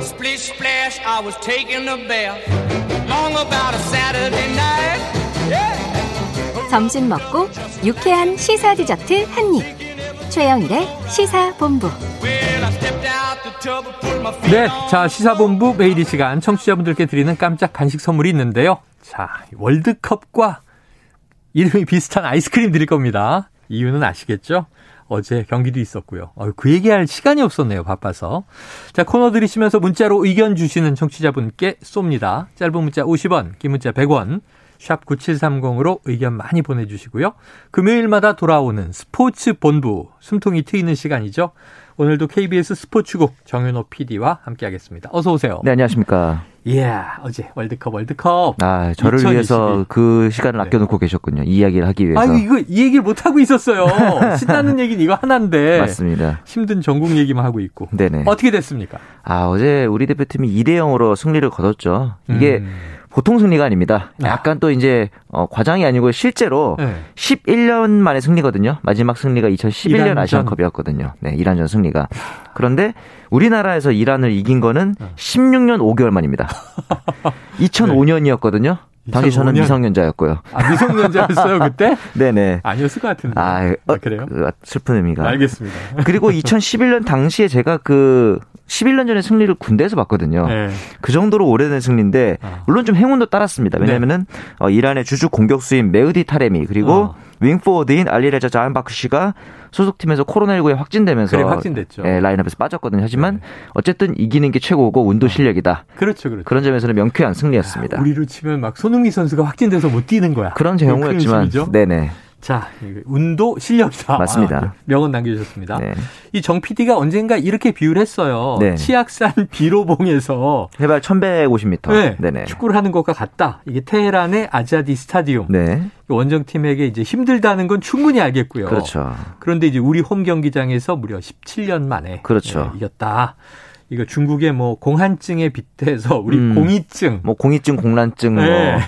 splish splash, I was taking a bath. Long about a Saturday night. Yeah. 점심 먹고 유쾌한 시사 디저트 한 입. 최영일의 시사본부. Well, I stepped out the tub and put my feet 네, on. 자 시사본부 매일 이 시간 청취자분들께 드리는 깜짝 간식 선물이 있는데요. 자 월드컵과 이름이 비슷한 아이스크림 드릴 겁니다. 이유는 아시겠죠? 어제 경기도 있었고요. 어, 그 얘기할 시간이 없었네요. 바빠서. 자 코너 들으시면서 문자로 의견 주시는 청취자분께 쏩니다. 짧은 문자 50원, 긴 문자 100원. 샵 9730으로 의견 많이 보내주시고요. 금요일마다 돌아오는 스포츠 본부 숨통이 트이는 시간이죠. 오늘도 KBS 스포츠국 정윤호 PD와 함께하겠습니다. 어서 오세요. 네, 안녕하십니까. 예, 어제 월드컵 월드컵. 아, 저를 2022. 위해서 그 시간을 아껴놓고 계셨군요. 이 이야기를 하기 위해서. 네. 아유 이거 이 얘기를 못 하고 있었어요. 신나는 얘기는 이거 하나인데 맞습니다. 힘든 전국 얘기만 하고 있고. 네네. 예. 어떻게 됐습니까? 아, 어제 우리 대표팀이 2대 0으로 승리를 거뒀죠. 이게 음. 보통 승리가 아닙니다. 아. 약간 또 이제, 어, 과장이 아니고 실제로 네. 11년 만에 승리거든요. 마지막 승리가 2011년 이란전. 아시안컵이었거든요. 네, 이란전 승리가. 그런데 우리나라에서 이란을 이긴 거는 네. 16년 5개월 만입니다. 2005년이었거든요. 네. 당시 저는 2005년. 미성년자였고요. 아, 미성년자였어요 그때? 네네. 아니었을 것 같은데. 아, 아, 어, 그래요? 그, 슬픈 의미가. 알겠습니다. 그리고 2011년 당시에 제가 그 11년 전에 승리를 군대에서 봤거든요. 네. 그 정도로 오래된 승리인데 아. 네. 물론 좀 행운도 따랐습니다. 왜냐면은 어, 이란의 주주 공격수인 메흐디 타레미 그리고 어. 윙포워드인 알리레자 자한바크 씨가 소속팀에서 코로나19에 확진되면서 그래, 확진됐죠. 네. 예, 라인업에서 빠졌거든요. 하지만 어쨌든 이기는 게 최고고 운도 실력이다. 그렇죠, 그렇죠. 그런 점에서는 명쾌한 승리였습니다. 아. 우리로 치면 막 손흥민 선수가 확진돼서 못 뛰는 거야. 그런 큰 경우였지만 심이죠? 네네. 자, 이거 운도 실력이다. 맞습니다. 아, 명언 남겨주셨습니다. 네. 이 정 PD가 언젠가 이렇게 비유를 했어요. 네. 치악산 비로봉에서 해발 1150m. 네, 네네. 축구를 하는 것과 같다. 이게 테헤란의 아자디 스타디움. 네. 원정팀에게 이제 힘들다는 건 충분히 알겠고요. 그렇죠. 그런데 이제 우리 홈 경기장에서 무려 17년 만에 그렇죠. 예, 이겼다. 이거 중국의 뭐 공한증에 빗대서 우리 음. 공이증. 뭐 공이증, 공란증 뭐 예.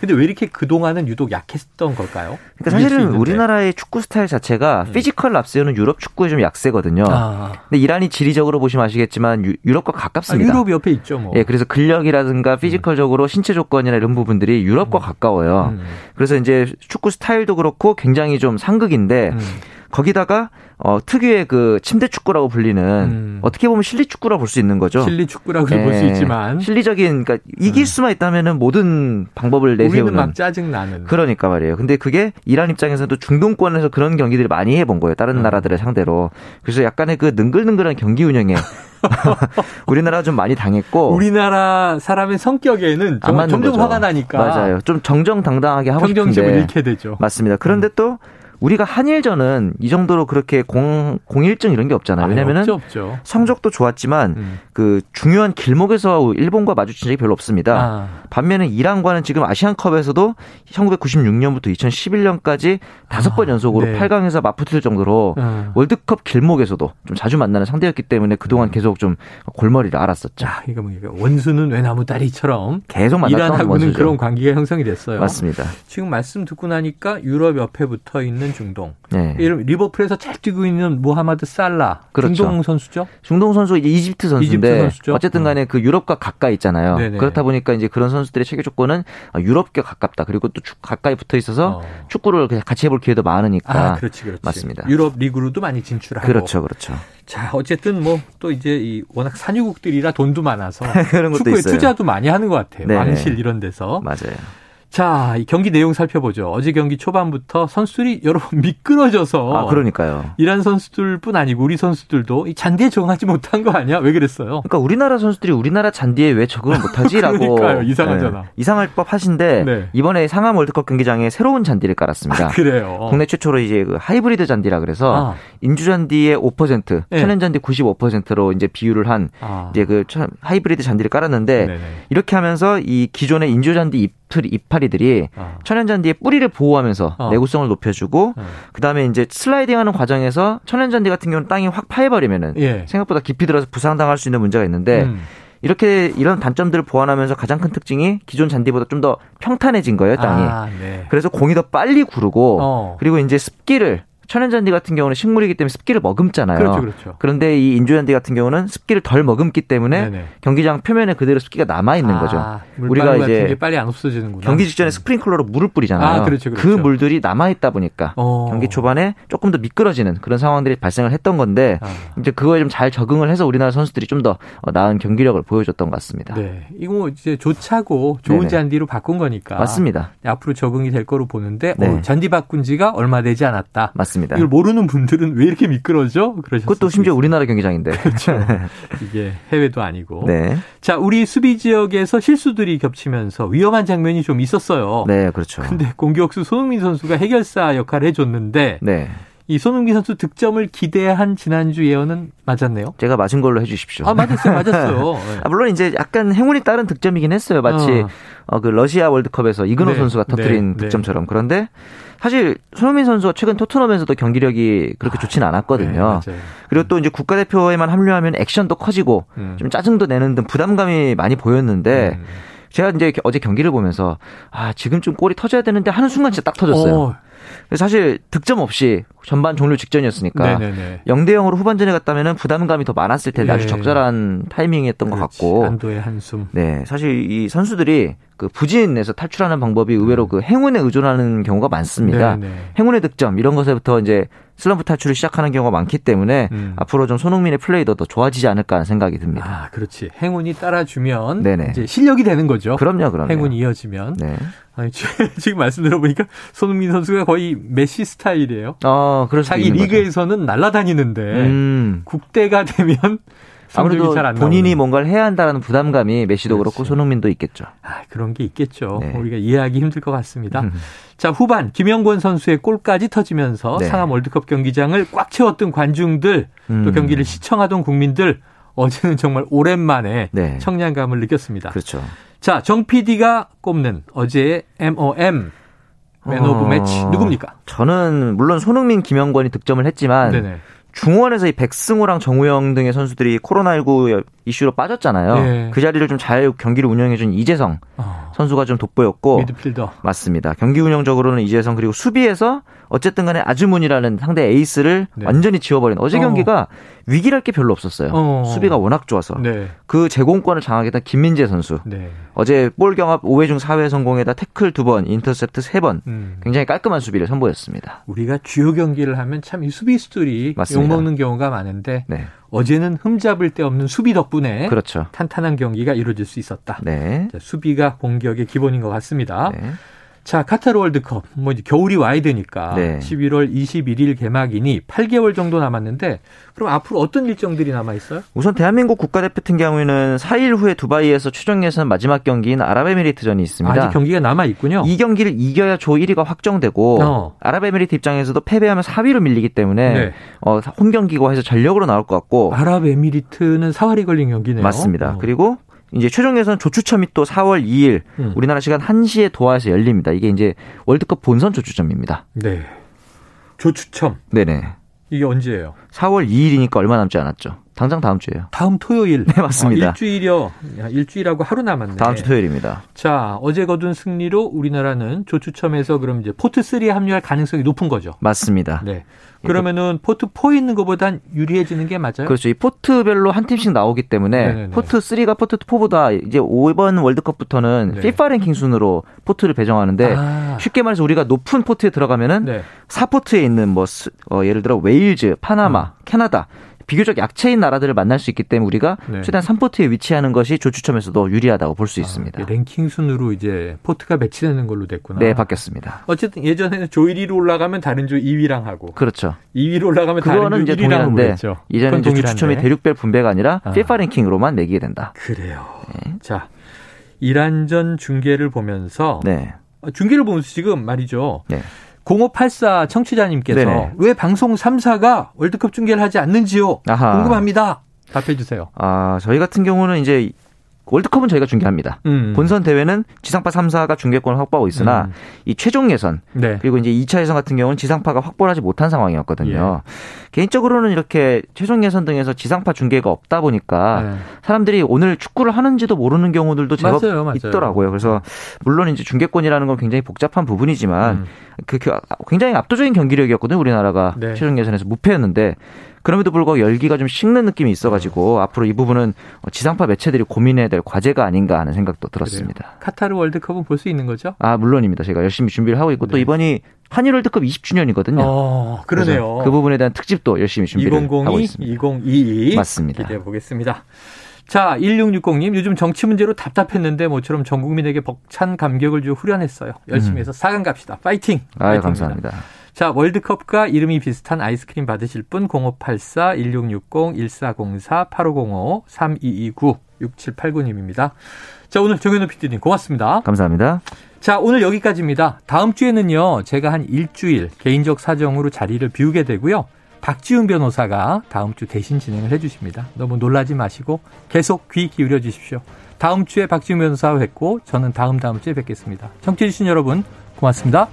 근데 왜 이렇게 그동안은 유독 약했던 걸까요? 그러니까 이길 수 사실은 있는데. 음. 우리나라의 축구 스타일 자체가 피지컬 랍스는 유럽 축구에 좀 약세거든요. 아, 근데 이란이 지리적으로 보시면 아시겠지만 유, 럽과 아, 가깝습니다. 유럽 옆에 있죠, 뭐. 예, 그래서 근력이라든가 피지컬적으로 신체 조건이나 이런 부분들이 유럽과 가까워요. 음. 그래서 이제 축구 스타일도 그렇고 굉장히 좀 상극인데 음. 거기다가 어, 특유의 그 침대 축구라고 불리는 음. 어떻게 보면 실리 축구라 고 볼 수 있는 거죠. 실리 축구라고 예, 볼 수 있지만 음. 실리적인 그러니까 이길 수만 있다면은 모든 방법을 우리는 내세우는 막 짜증 나는. 그러니까 말이에요. 근데 그게 이란 입장에서도 중동권에서 그런 경기들을 많이 해본 거예요. 다른 음. 나라들을 상대로. 그래서 약간의 그 능글능글한 경기 운영에 우리나라 좀 많이 당했고. 우리나라 사람의 성격에는 안 점, 맞는 점점 거죠. 화가 나니까 맞아요. 네. 좀 정정당당하게 하고 평정심을 음. 싶은데. 잃게 되죠. 맞습니다. 그런데 또 우리가 한일전은 이 정도로 그렇게 공 공일증 이런 게 없잖아요. 왜냐면은 없죠, 없죠. 성적도 좋았지만 음. 그 중요한 길목에서 일본과 마주친 적이 별로 없습니다. 아, 반면에 이란과는 지금 아시안컵에서도 1996년부터 2011년까지 다섯 번 연속으로 네. 8강에서 맞붙을 정도로 아. 월드컵 길목에서도 좀 자주 만나는 상대였기 때문에 그동안 네. 계속 좀 골머리를 앓았었죠. 자, 이거 뭐 이거 원수는 왜 나무 다리처럼 계속 만났던 이란하고는 원수죠. 그런 관계가 형성이 됐어요. 맞습니다. 지금 말씀 듣고 나니까 유럽 옆에 붙어 있는 중동. 네. 이름 리버풀에서 잘 뛰고 있는 모하마드 살라 그렇죠. 중동 선수죠. 중동 선수 이제 이집트 선수인데 이집트 선수죠. 네. 어쨌든 간에 그 유럽과 가까이 있잖아요. 네네. 그렇다 보니까 이제 그런 선수들의 체계 조건은 아, 유럽과 가깝다. 그리고 또 축- 가까이 붙어 있어서 어. 축구를 그냥 같이 해볼 기회도 많으니까. 아, 그렇지, 그렇지. 맞습니다. 유럽 리그로도 많이 진출하고. 그렇죠, 그렇죠. 자, 어쨌든 뭐 또 이제 이 워낙 산유국들이라 돈도 많아서 그런 것도 축구에 있어요. 투자도 많이 하는 것 같아요. 네네. 왕실 이런 데서. 맞아요. 자, 이 경기 내용 살펴보죠. 어제 경기 초반부터 선수들이 여러 번 미끄러져서 아, 그러니까요. 이란 선수들뿐 아니고 우리 선수들도 이 잔디에 적응하지 못한 거 아니야? 왜 그랬어요? 그러니까 우리나라 선수들이 우리나라 잔디에 왜 적응을 못하지라고 그러니까요. 이상하잖아. 네, 이상할 법하신데 네. 아, 이번에 상암 월드컵 경기장에 새로운 잔디를 깔았습니다. 그래요. 아, 어. 국내 최초로 이제 그 하이브리드 잔디라 그래서 아. 인주 잔디의 5%, 네. 천연 잔디 95%로 이제 비율을 한 아. 이제 그 천- 하이브리드 잔디를 깔았는데 네네. 이렇게 하면서 이 기존의 인조 잔디 잎틀 이파리들이 아. 천연 잔디의 뿌리를 보호하면서 어. 내구성을 높여주고 어. 그다음에 이제 슬라이딩하는 과정에서 천연 잔디 같은 경우는 땅이 확 파해버리면은 예. 생각보다 깊이 들어서 부상당할 수 있는 문제가 있는데 음. 이렇게 이런 단점들을 보완하면서 가장 큰 특징이 기존 잔디보다 좀 더 평탄해진 거예요 땅이. 아, 네. 그래서 공이 더 빨리 구르고 어. 그리고 이제 습기를 천연잔디 같은 경우는 식물이기 때문에 습기를 머금잖아요. 그렇죠, 그렇죠. 런데이 인조잔디 같은 경우는 습기를 덜 머금기 때문에 네네. 경기장 표면에 그대로 습기가 남아 있는 아, 거죠. 물방울 우리가 같은 게 이제 빨리 안 없어지는구나. 음. 경기 직전에 스프링클러로 물을 아, 뿌리잖아요. 그렇죠, 그 그렇죠. 물들이 남아 있다 보니까 어. 경기 초반에 조금 더 미끄러지는 그런 상황들이 발생을 했던 건데 아. 이제 그거에 좀 잘 적응을 해서 우리나라 선수들이 좀 더 어, 나은 경기력을 보여줬던 것 같습니다. 네, 이거 이제 좋차고 좋은 네네. 잔디로 바꾼 거니까 맞습니다. 앞으로 적응이 될 거로 보는데 네. 어, 잔디 바꾼 지가 얼마 되지 않았다. 맞습니다. 이걸 모르는 분들은 왜 이렇게 미끄러져? 그러셨어요. 그것도 심지어 우리나라 경기장인데. 그렇죠. 이게 해외도 아니고. 네. 자, 우리 수비 지역에서 실수들이 겹치면서 위험한 장면이 좀 있었어요. 네, 그렇죠. 근데 공격수 손흥민 선수가 해결사 역할을 해줬는데 네. 이 손흥민 선수 득점을 기대한 지난주 예언은 맞았네요. 제가 맞은 걸로 해 주십시오. 아 맞았어요, 맞았어요. 네. 아, 물론 이제 약간 행운이 따른 득점이긴 했어요. 마치 어. 어, 그 러시아 월드컵에서 이근호 네, 선수가 터뜨린 네, 득점처럼. 그런데 사실 손흥민 선수가 최근 토트넘에서도 경기력이 그렇게 좋지는 네, 않았거든요. 맞아요. 그리고 또 이제 국가대표에만 합류하면 액션도 커지고 음. 좀 짜증도 내는 등 부담감이 많이 보였는데 음. 제가 이제 어제 경기를 보면서 아 지금쯤 골이 터져야 되는데 하는 순간 진짜 딱 터졌어요. 어, 그래서 사실 득점 없이 전반 종료 직전이었으니까 네네네. 0대 0으로 후반전에 갔다면은 부담감이 더 많았을 텐데 아주 예. 적절한 타이밍이었던 것 그렇지. 같고 안도의 한숨. 네, 사실 이 선수들이 그 부진에서 탈출하는 방법이 의외로 그 행운에 의존하는 경우가 많습니다. 음. 네, 네. 행운의 득점 이런 것에부터 이제 슬럼프 탈출을 시작하는 경우가 많기 때문에 음. 앞으로 좀 손흥민의 플레이도 더 좋아지지 않을까 하는 생각이 듭니다. 아, 그렇지. 행운이 따라주면 네네. 이제 실력이 되는 거죠. 그럼요, 그럼요. 아, 행운이 이어지면. 네. 아니, 지- 지금 말씀 들어보니까 손흥민 선수가 거의 메시 스타일이에요. 어, 그럴 수도 자기 있는 거죠. 리그에서는 날아다니는데 음. 국대가 되면 아무래도 성적이 잘안 본인이 뭐 나오는. 뭔가를 해야 한다는 부담감이 메시도 그렇고 손흥민도 있겠죠. 아, 그런 게 있겠죠. 네. 음. 우리가 이해하기 힘들 것 같습니다. 자, 후반 김영권 선수의 골까지 터지면서 네. 상암 월드컵 경기장을 꽉 채웠던 관중들, 또 음. 경기를 시청하던 국민들, 어제는 정말 오랜만에 네. 청량감을 느꼈습니다. 그렇죠. 자, 정 PD가 꼽는 어제의 MOM 맨 오브 어, 매치 누굽니까? 저는 물론 손흥민, 김영권이 득점을 했지만 네네. 중원에서 이 백승호랑 정우영 등의 선수들이 코로나19 이슈로 빠졌잖아요. 네. 그 자리를 좀 잘 경기를 운영해준 이재성 어, 선수가 좀 돋보였고 미드필더. 맞습니다. 경기 운영적으로는 이재성 그리고 수비에서 어쨌든 간에 아주문이라는 상대 에이스를 네. 완전히 지워버린 어제 어. 경기가 위기랄 게 별로 없었어요. 어. 수비가 워낙 좋아서 네. 그 제공권을 장악했던 김민재 선수 네. 어제 볼 경합 5회 중 4회 성공에다 태클 2번, 인터셉트 3번 음. 굉장히 깔끔한 수비를 선보였습니다. 우리가 주요 경기를 하면 참 이 수비수들이 맞습니다. 욕먹는 경우가 많은데 네, 어제는 흠잡을 데 없는 수비 덕분에 그렇죠. 탄탄한 경기가 이루어질 수 있었다. 네. 자, 수비가 공격의 기본인 것 같습니다. 네. 자, 카타르 월드컵. 뭐 이제 겨울이 와야 되니까 네. 11월 21일 개막이니 8개월 정도 남았는데 그럼 앞으로 어떤 일정들이 남아 있어요? 우선 대한민국 국가대표 같은 경우에는 4일 후에 두바이에서 최종 예선 마지막 경기인 아랍에미리트전이 있습니다. 아직 경기가 남아 있군요. 이 경기를 이겨야 조 1위가 확정되고 어. 아랍에미리트 입장에서도 패배하면 4위로 밀리기 때문에 네. 어, 홈 경기고 해서 전력으로 나올 것 같고 아랍에미리트는 사활이 걸린 경기네요. 맞습니다. 어. 그리고 이제 최종 예선 조추첨이 또 4월 2일 음. 우리나라 시간 1시에 도하에서 열립니다. 이게 이제 월드컵 본선 조추첨입니다. 네. 조추첨. 네네. 이게 언제예요? 4월 2일이니까 얼마 남지 않았죠. 당장 다음 주예요. 다음 토요일. 네, 맞습니다. 아, 일주일이요. 야, 일주일하고 하루 남았네. 다음 주 토요일입니다. 자, 어제 거둔 승리로 우리나라는 조추첨에서 그럼 이제 포트 3에 합류할 가능성이 높은 거죠. 맞습니다. 네. 그러면은 포트 4 있는 것보단 유리해지는 게 맞아요? 그렇죠. 이 포트별로 한 팀씩 나오기 때문에 네네네. 포트 3가 포트 4보다 이제 5번 월드컵부터는 네. FIFA 랭킹 순으로 포트를 배정하는데 아. 쉽게 말해서 우리가 높은 포트에 들어가면은 네. 4포트에 있는 뭐 스- 어, 예를 들어 웨일즈, 파나마, 음. 캐나다 비교적 약체인 나라들을 만날 수 있기 때문에 우리가 네. 아, 최대한 3포트에 위치하는 것이 조추첨에서도 유리하다고 볼 수 있습니다. 이게 랭킹 순으로 이제 포트가 배치되는 걸로 됐구나. 네, 바뀌었습니다. 어쨌든 예전에는 조 1위로 올라가면 다른 조 2위랑 하고 그렇죠. 2위로 올라가면 그거는 다른 조 이제 1위랑 하고 동일한데 그랬죠. 이제는 그건 이제 동일한데. 추첨이 대륙별 분배가 아니라 아. FIFA 랭킹으로만 매기게 된다. 그래요. 네. 자, 이란전 중계를 보면서 네. 아, 중계를 보면서 지금 말이죠. 네. 0584 청취자님께서 네네. 왜 방송 3사가 월드컵 중계를 하지 않는지요? 아하. 궁금합니다. 답해 주세요. 아, 저희 같은 경우는 이제 월드컵은 저희가 중계합니다. 음. 본선 대회는 지상파 3사가 중계권을 확보하고 있으나 음. 이 최종 예선 네. 그리고 이제 2차 예선 같은 경우는 지상파가 확보를 하지 못한 상황이었거든요. 예. 개인적으로는 이렇게 최종 예선 등에서 지상파 중계가 없다 보니까 네. 사람들이 오늘 축구를 하는지도 모르는 경우들도 제법 맞아요, 맞아요. 있더라고요. 그래서 물론 이제 중계권이라는 건 굉장히 복잡한 부분이지만 음. 그 겨- 굉장히 압도적인 경기력이었거든요. 우리나라가 네. 최종 예선에서 무패였는데 그럼에도 불구하고 열기가 좀 식는 느낌이 있어가지고 음. 앞으로 이 부분은 지상파 매체들이 고민해야 될 과제가 아닌가 하는 생각도 들었습니다. 카타르 월드컵은 볼 수 있는 거죠? 아 물론입니다. 제가 열심히 준비를 하고 있고 또 네. 이번이 한일 월드컵 20주년이거든요. 어, 그러네요. 그 부분에 대한 특집도 열심히 준비를 하고 2002, 있습니다. 2022. 맞습니다. 기대해 보겠습니다. 자, 1660님, 요즘 정치 문제로 답답했는데 모처럼 전 국민에게 벅찬 감격을 주 후련했어요. 열심히 음. 해서 4강 갑시다. 파이팅! 아유 파이팅입니다. 감사합니다. 자, 월드컵과 이름이 비슷한 아이스크림 받으실 분 0584 1660 1404 8505 3229 6789님입니다. 자, 오늘 정현우 PD님 고맙습니다. 감사합니다. 자, 오늘 여기까지입니다. 다음 주에는요, 제가 한 일주일 개인적 사정으로 자리를 비우게 되고요. 박지훈 변호사가 다음 주 대신 진행을 해주십니다. 너무 놀라지 마시고 계속 귀 기울여 주십시오. 다음 주에 박지훈 변호사 뵙고 저는 다음 다음 주에 뵙겠습니다. 청취해주신 여러분 고맙습니다.